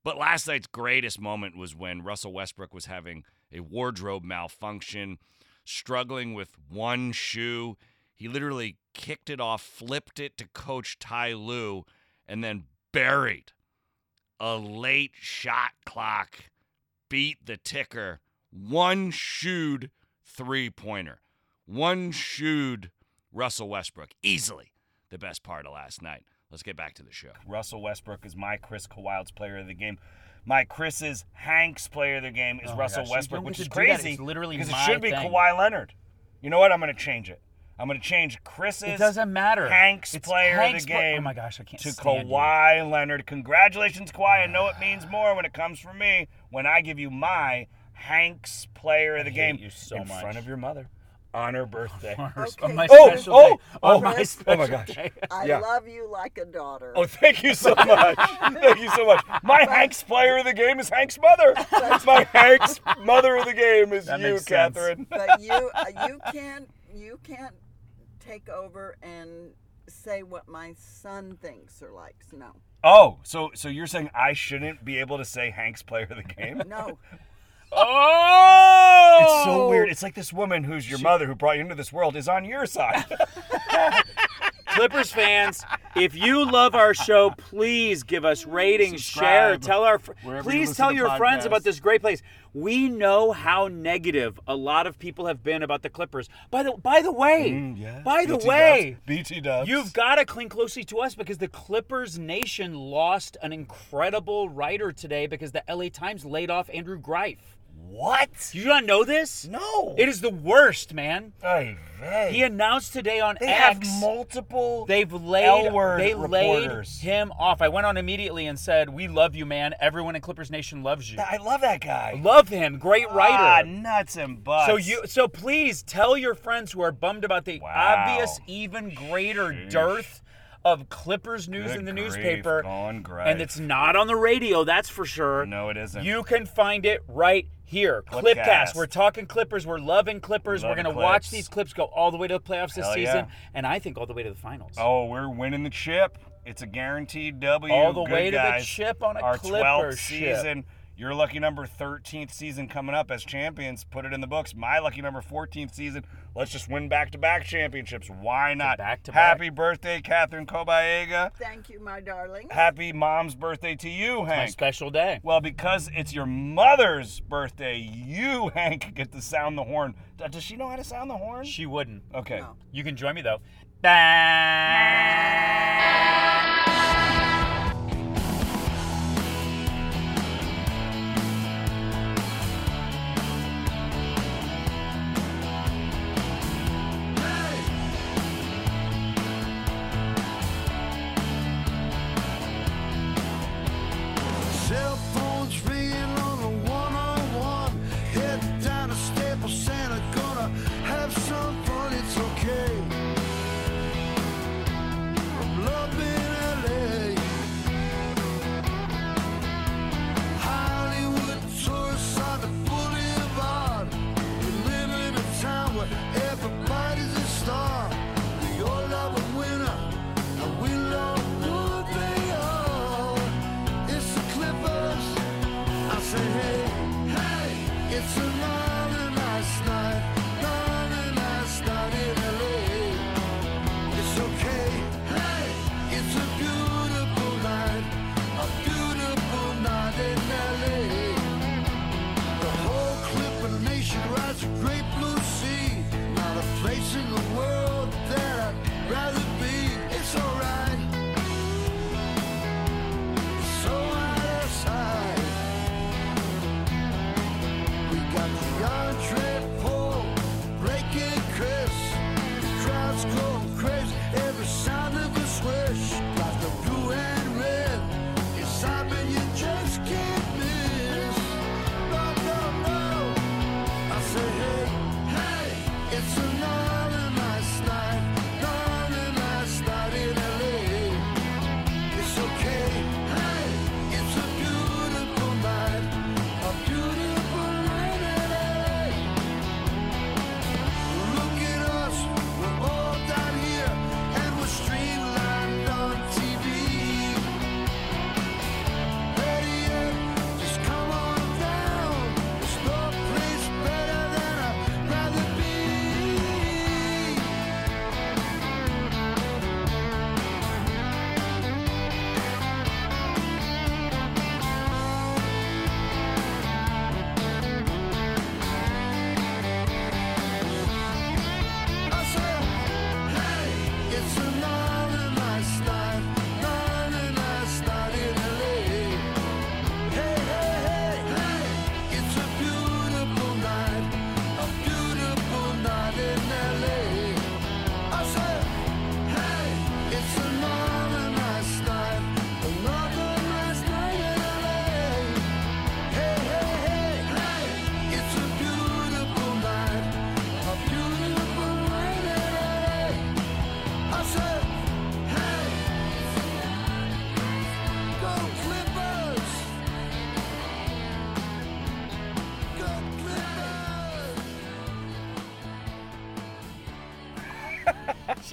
Speaker 4: But last night's greatest moment was when Russell Westbrook was having a wardrobe malfunction, struggling with one shoe. He literally kicked it off, flipped it to coach Ty Lue, and then buried a late shot clock beat the ticker. One shooed three pointer. One shooed Russell Westbrook. Easily the best part of last night. Let's get back to the show.
Speaker 2: Russell Westbrook is my Chris Kawhile's player of the game. My Chris's Hanks player of the game is
Speaker 1: Oh my
Speaker 2: Russell
Speaker 1: gosh, you
Speaker 2: Westbrook,
Speaker 1: don't
Speaker 2: which
Speaker 1: get
Speaker 2: is
Speaker 1: to do that.
Speaker 2: crazy.
Speaker 1: It's literally
Speaker 2: because
Speaker 1: my
Speaker 2: it should be
Speaker 1: thing.
Speaker 2: Kawhi Leonard. You know what? I'm going to change it. I'm going to change Chris's.
Speaker 1: It doesn't matter.
Speaker 2: Hank's
Speaker 1: It's
Speaker 2: player
Speaker 1: Hank's
Speaker 2: of the
Speaker 1: pla-
Speaker 2: game.
Speaker 1: oh my gosh, I can't
Speaker 2: to
Speaker 1: stand you.
Speaker 2: Kawhi Leonard. Congratulations, Kawhi. I know it means more when it comes from me when I give you my Hank's player of the
Speaker 1: hate
Speaker 2: game
Speaker 1: you so
Speaker 2: in
Speaker 1: much.
Speaker 2: front of your mother. on her birthday.
Speaker 1: on her-
Speaker 3: Okay,
Speaker 1: on my
Speaker 2: Oh,
Speaker 1: special
Speaker 2: oh,
Speaker 1: day.
Speaker 2: oh,
Speaker 1: on my
Speaker 2: Chris.
Speaker 1: special
Speaker 2: Oh my gosh.
Speaker 1: day.
Speaker 3: I
Speaker 2: Yeah.
Speaker 3: love you like a daughter.
Speaker 2: Oh, thank you so much. thank you so much. My Hank's player of the game is Hank's mother. My Hank's mother of the game is
Speaker 1: That
Speaker 2: you,
Speaker 1: makes sense.
Speaker 2: Catherine.
Speaker 3: But you uh, you can't you can't take over and say what my son thinks or likes. No.
Speaker 2: Oh, so so you're saying I shouldn't be able to say Hank's player of the game?
Speaker 3: No.
Speaker 1: Oh!
Speaker 2: It's so weird. It's like this woman who's your mother who brought you into this world is on your side.
Speaker 1: Clippers fans, if you love our show, please give us ratings, share,
Speaker 4: Subscribe
Speaker 1: tell our fr-
Speaker 4: wherever you
Speaker 1: please
Speaker 4: listen
Speaker 1: tell
Speaker 4: to
Speaker 1: your friends
Speaker 4: podcasts.
Speaker 1: about this great place. We know how negative a lot of people have been about the Clippers. By the by the way,
Speaker 2: Mm,
Speaker 1: by the way,
Speaker 2: BT Dubs.
Speaker 1: You've got to cling closely to us because the Clippers Nation lost an incredible writer today because the LA Times laid off Andrew Greif.
Speaker 2: what?
Speaker 1: Do you not know this?
Speaker 2: No.
Speaker 1: It is the worst, man.
Speaker 2: Ay vey.
Speaker 1: He announced today on
Speaker 2: they have
Speaker 1: X.
Speaker 2: multiple.
Speaker 1: They've laid
Speaker 2: L-word
Speaker 1: they
Speaker 2: reporters.
Speaker 1: laid him off. I went on immediately and said, "We love you, man. Everyone in Clippers Nation loves you.
Speaker 2: I love that guy.
Speaker 1: Love him. Great
Speaker 2: Ah,
Speaker 1: writer."
Speaker 2: nuts and butts.
Speaker 1: so you so please tell your friends who are bummed about the
Speaker 2: Wow.
Speaker 1: obvious even greater dearth of Clippers news
Speaker 2: Good
Speaker 1: in the
Speaker 2: grief,
Speaker 1: newspaper
Speaker 2: gone
Speaker 1: and
Speaker 2: Greif.
Speaker 1: it's not on the radio, that's for sure.
Speaker 2: No, it isn't.
Speaker 1: You can find it right here.
Speaker 2: Clipcast.
Speaker 1: Clipcast. We're talking Clippers. We're loving Clippers.
Speaker 2: Loving
Speaker 1: we're going to
Speaker 2: Clips.
Speaker 1: watch these clips go all the way to the playoffs this
Speaker 2: Hell yeah.
Speaker 1: season and I think all the way to the finals.
Speaker 2: Oh, we're winning the chip. It's a guaranteed W.
Speaker 1: All the
Speaker 2: Good
Speaker 1: way to the
Speaker 2: guys.
Speaker 1: chip on a
Speaker 2: Our
Speaker 1: Clipper
Speaker 2: 12th
Speaker 1: ship.
Speaker 2: season. Your lucky number 13th season coming up as champions. Put it in the books. My lucky number 14th season. Let's just win back-to-back championships. Why not?
Speaker 1: back-to-back.
Speaker 2: Happy birthday, Catherine Kobayega.
Speaker 3: Thank you, my darling.
Speaker 2: Happy mom's birthday to you,
Speaker 1: my
Speaker 2: Hank.
Speaker 1: special day.
Speaker 2: Well, because it's your mother's birthday, you, Hank, get to sound the horn. D- Does she know how to sound the horn?
Speaker 1: She wouldn't.
Speaker 2: okay.
Speaker 3: No.
Speaker 1: You can join me though. Bye.
Speaker 5: Cell phones ringing on the 101. Head down to Staples Center, gonna have some fun, it's okay. I'm loving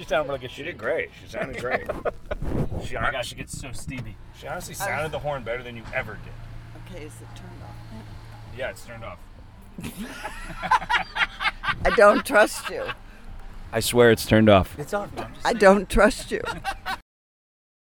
Speaker 1: sounded like a
Speaker 2: She did great. She sounded great. she,
Speaker 1: Oh my
Speaker 2: hon-
Speaker 1: gosh, she gets so steamy.
Speaker 2: she honestly sounded the horn better than you ever did.
Speaker 3: Okay, is it turned off?
Speaker 2: Yeah, it's turned off.
Speaker 3: I don't trust you.
Speaker 2: I swear it's turned off.
Speaker 1: It's on. I'm just
Speaker 3: I don't trust you.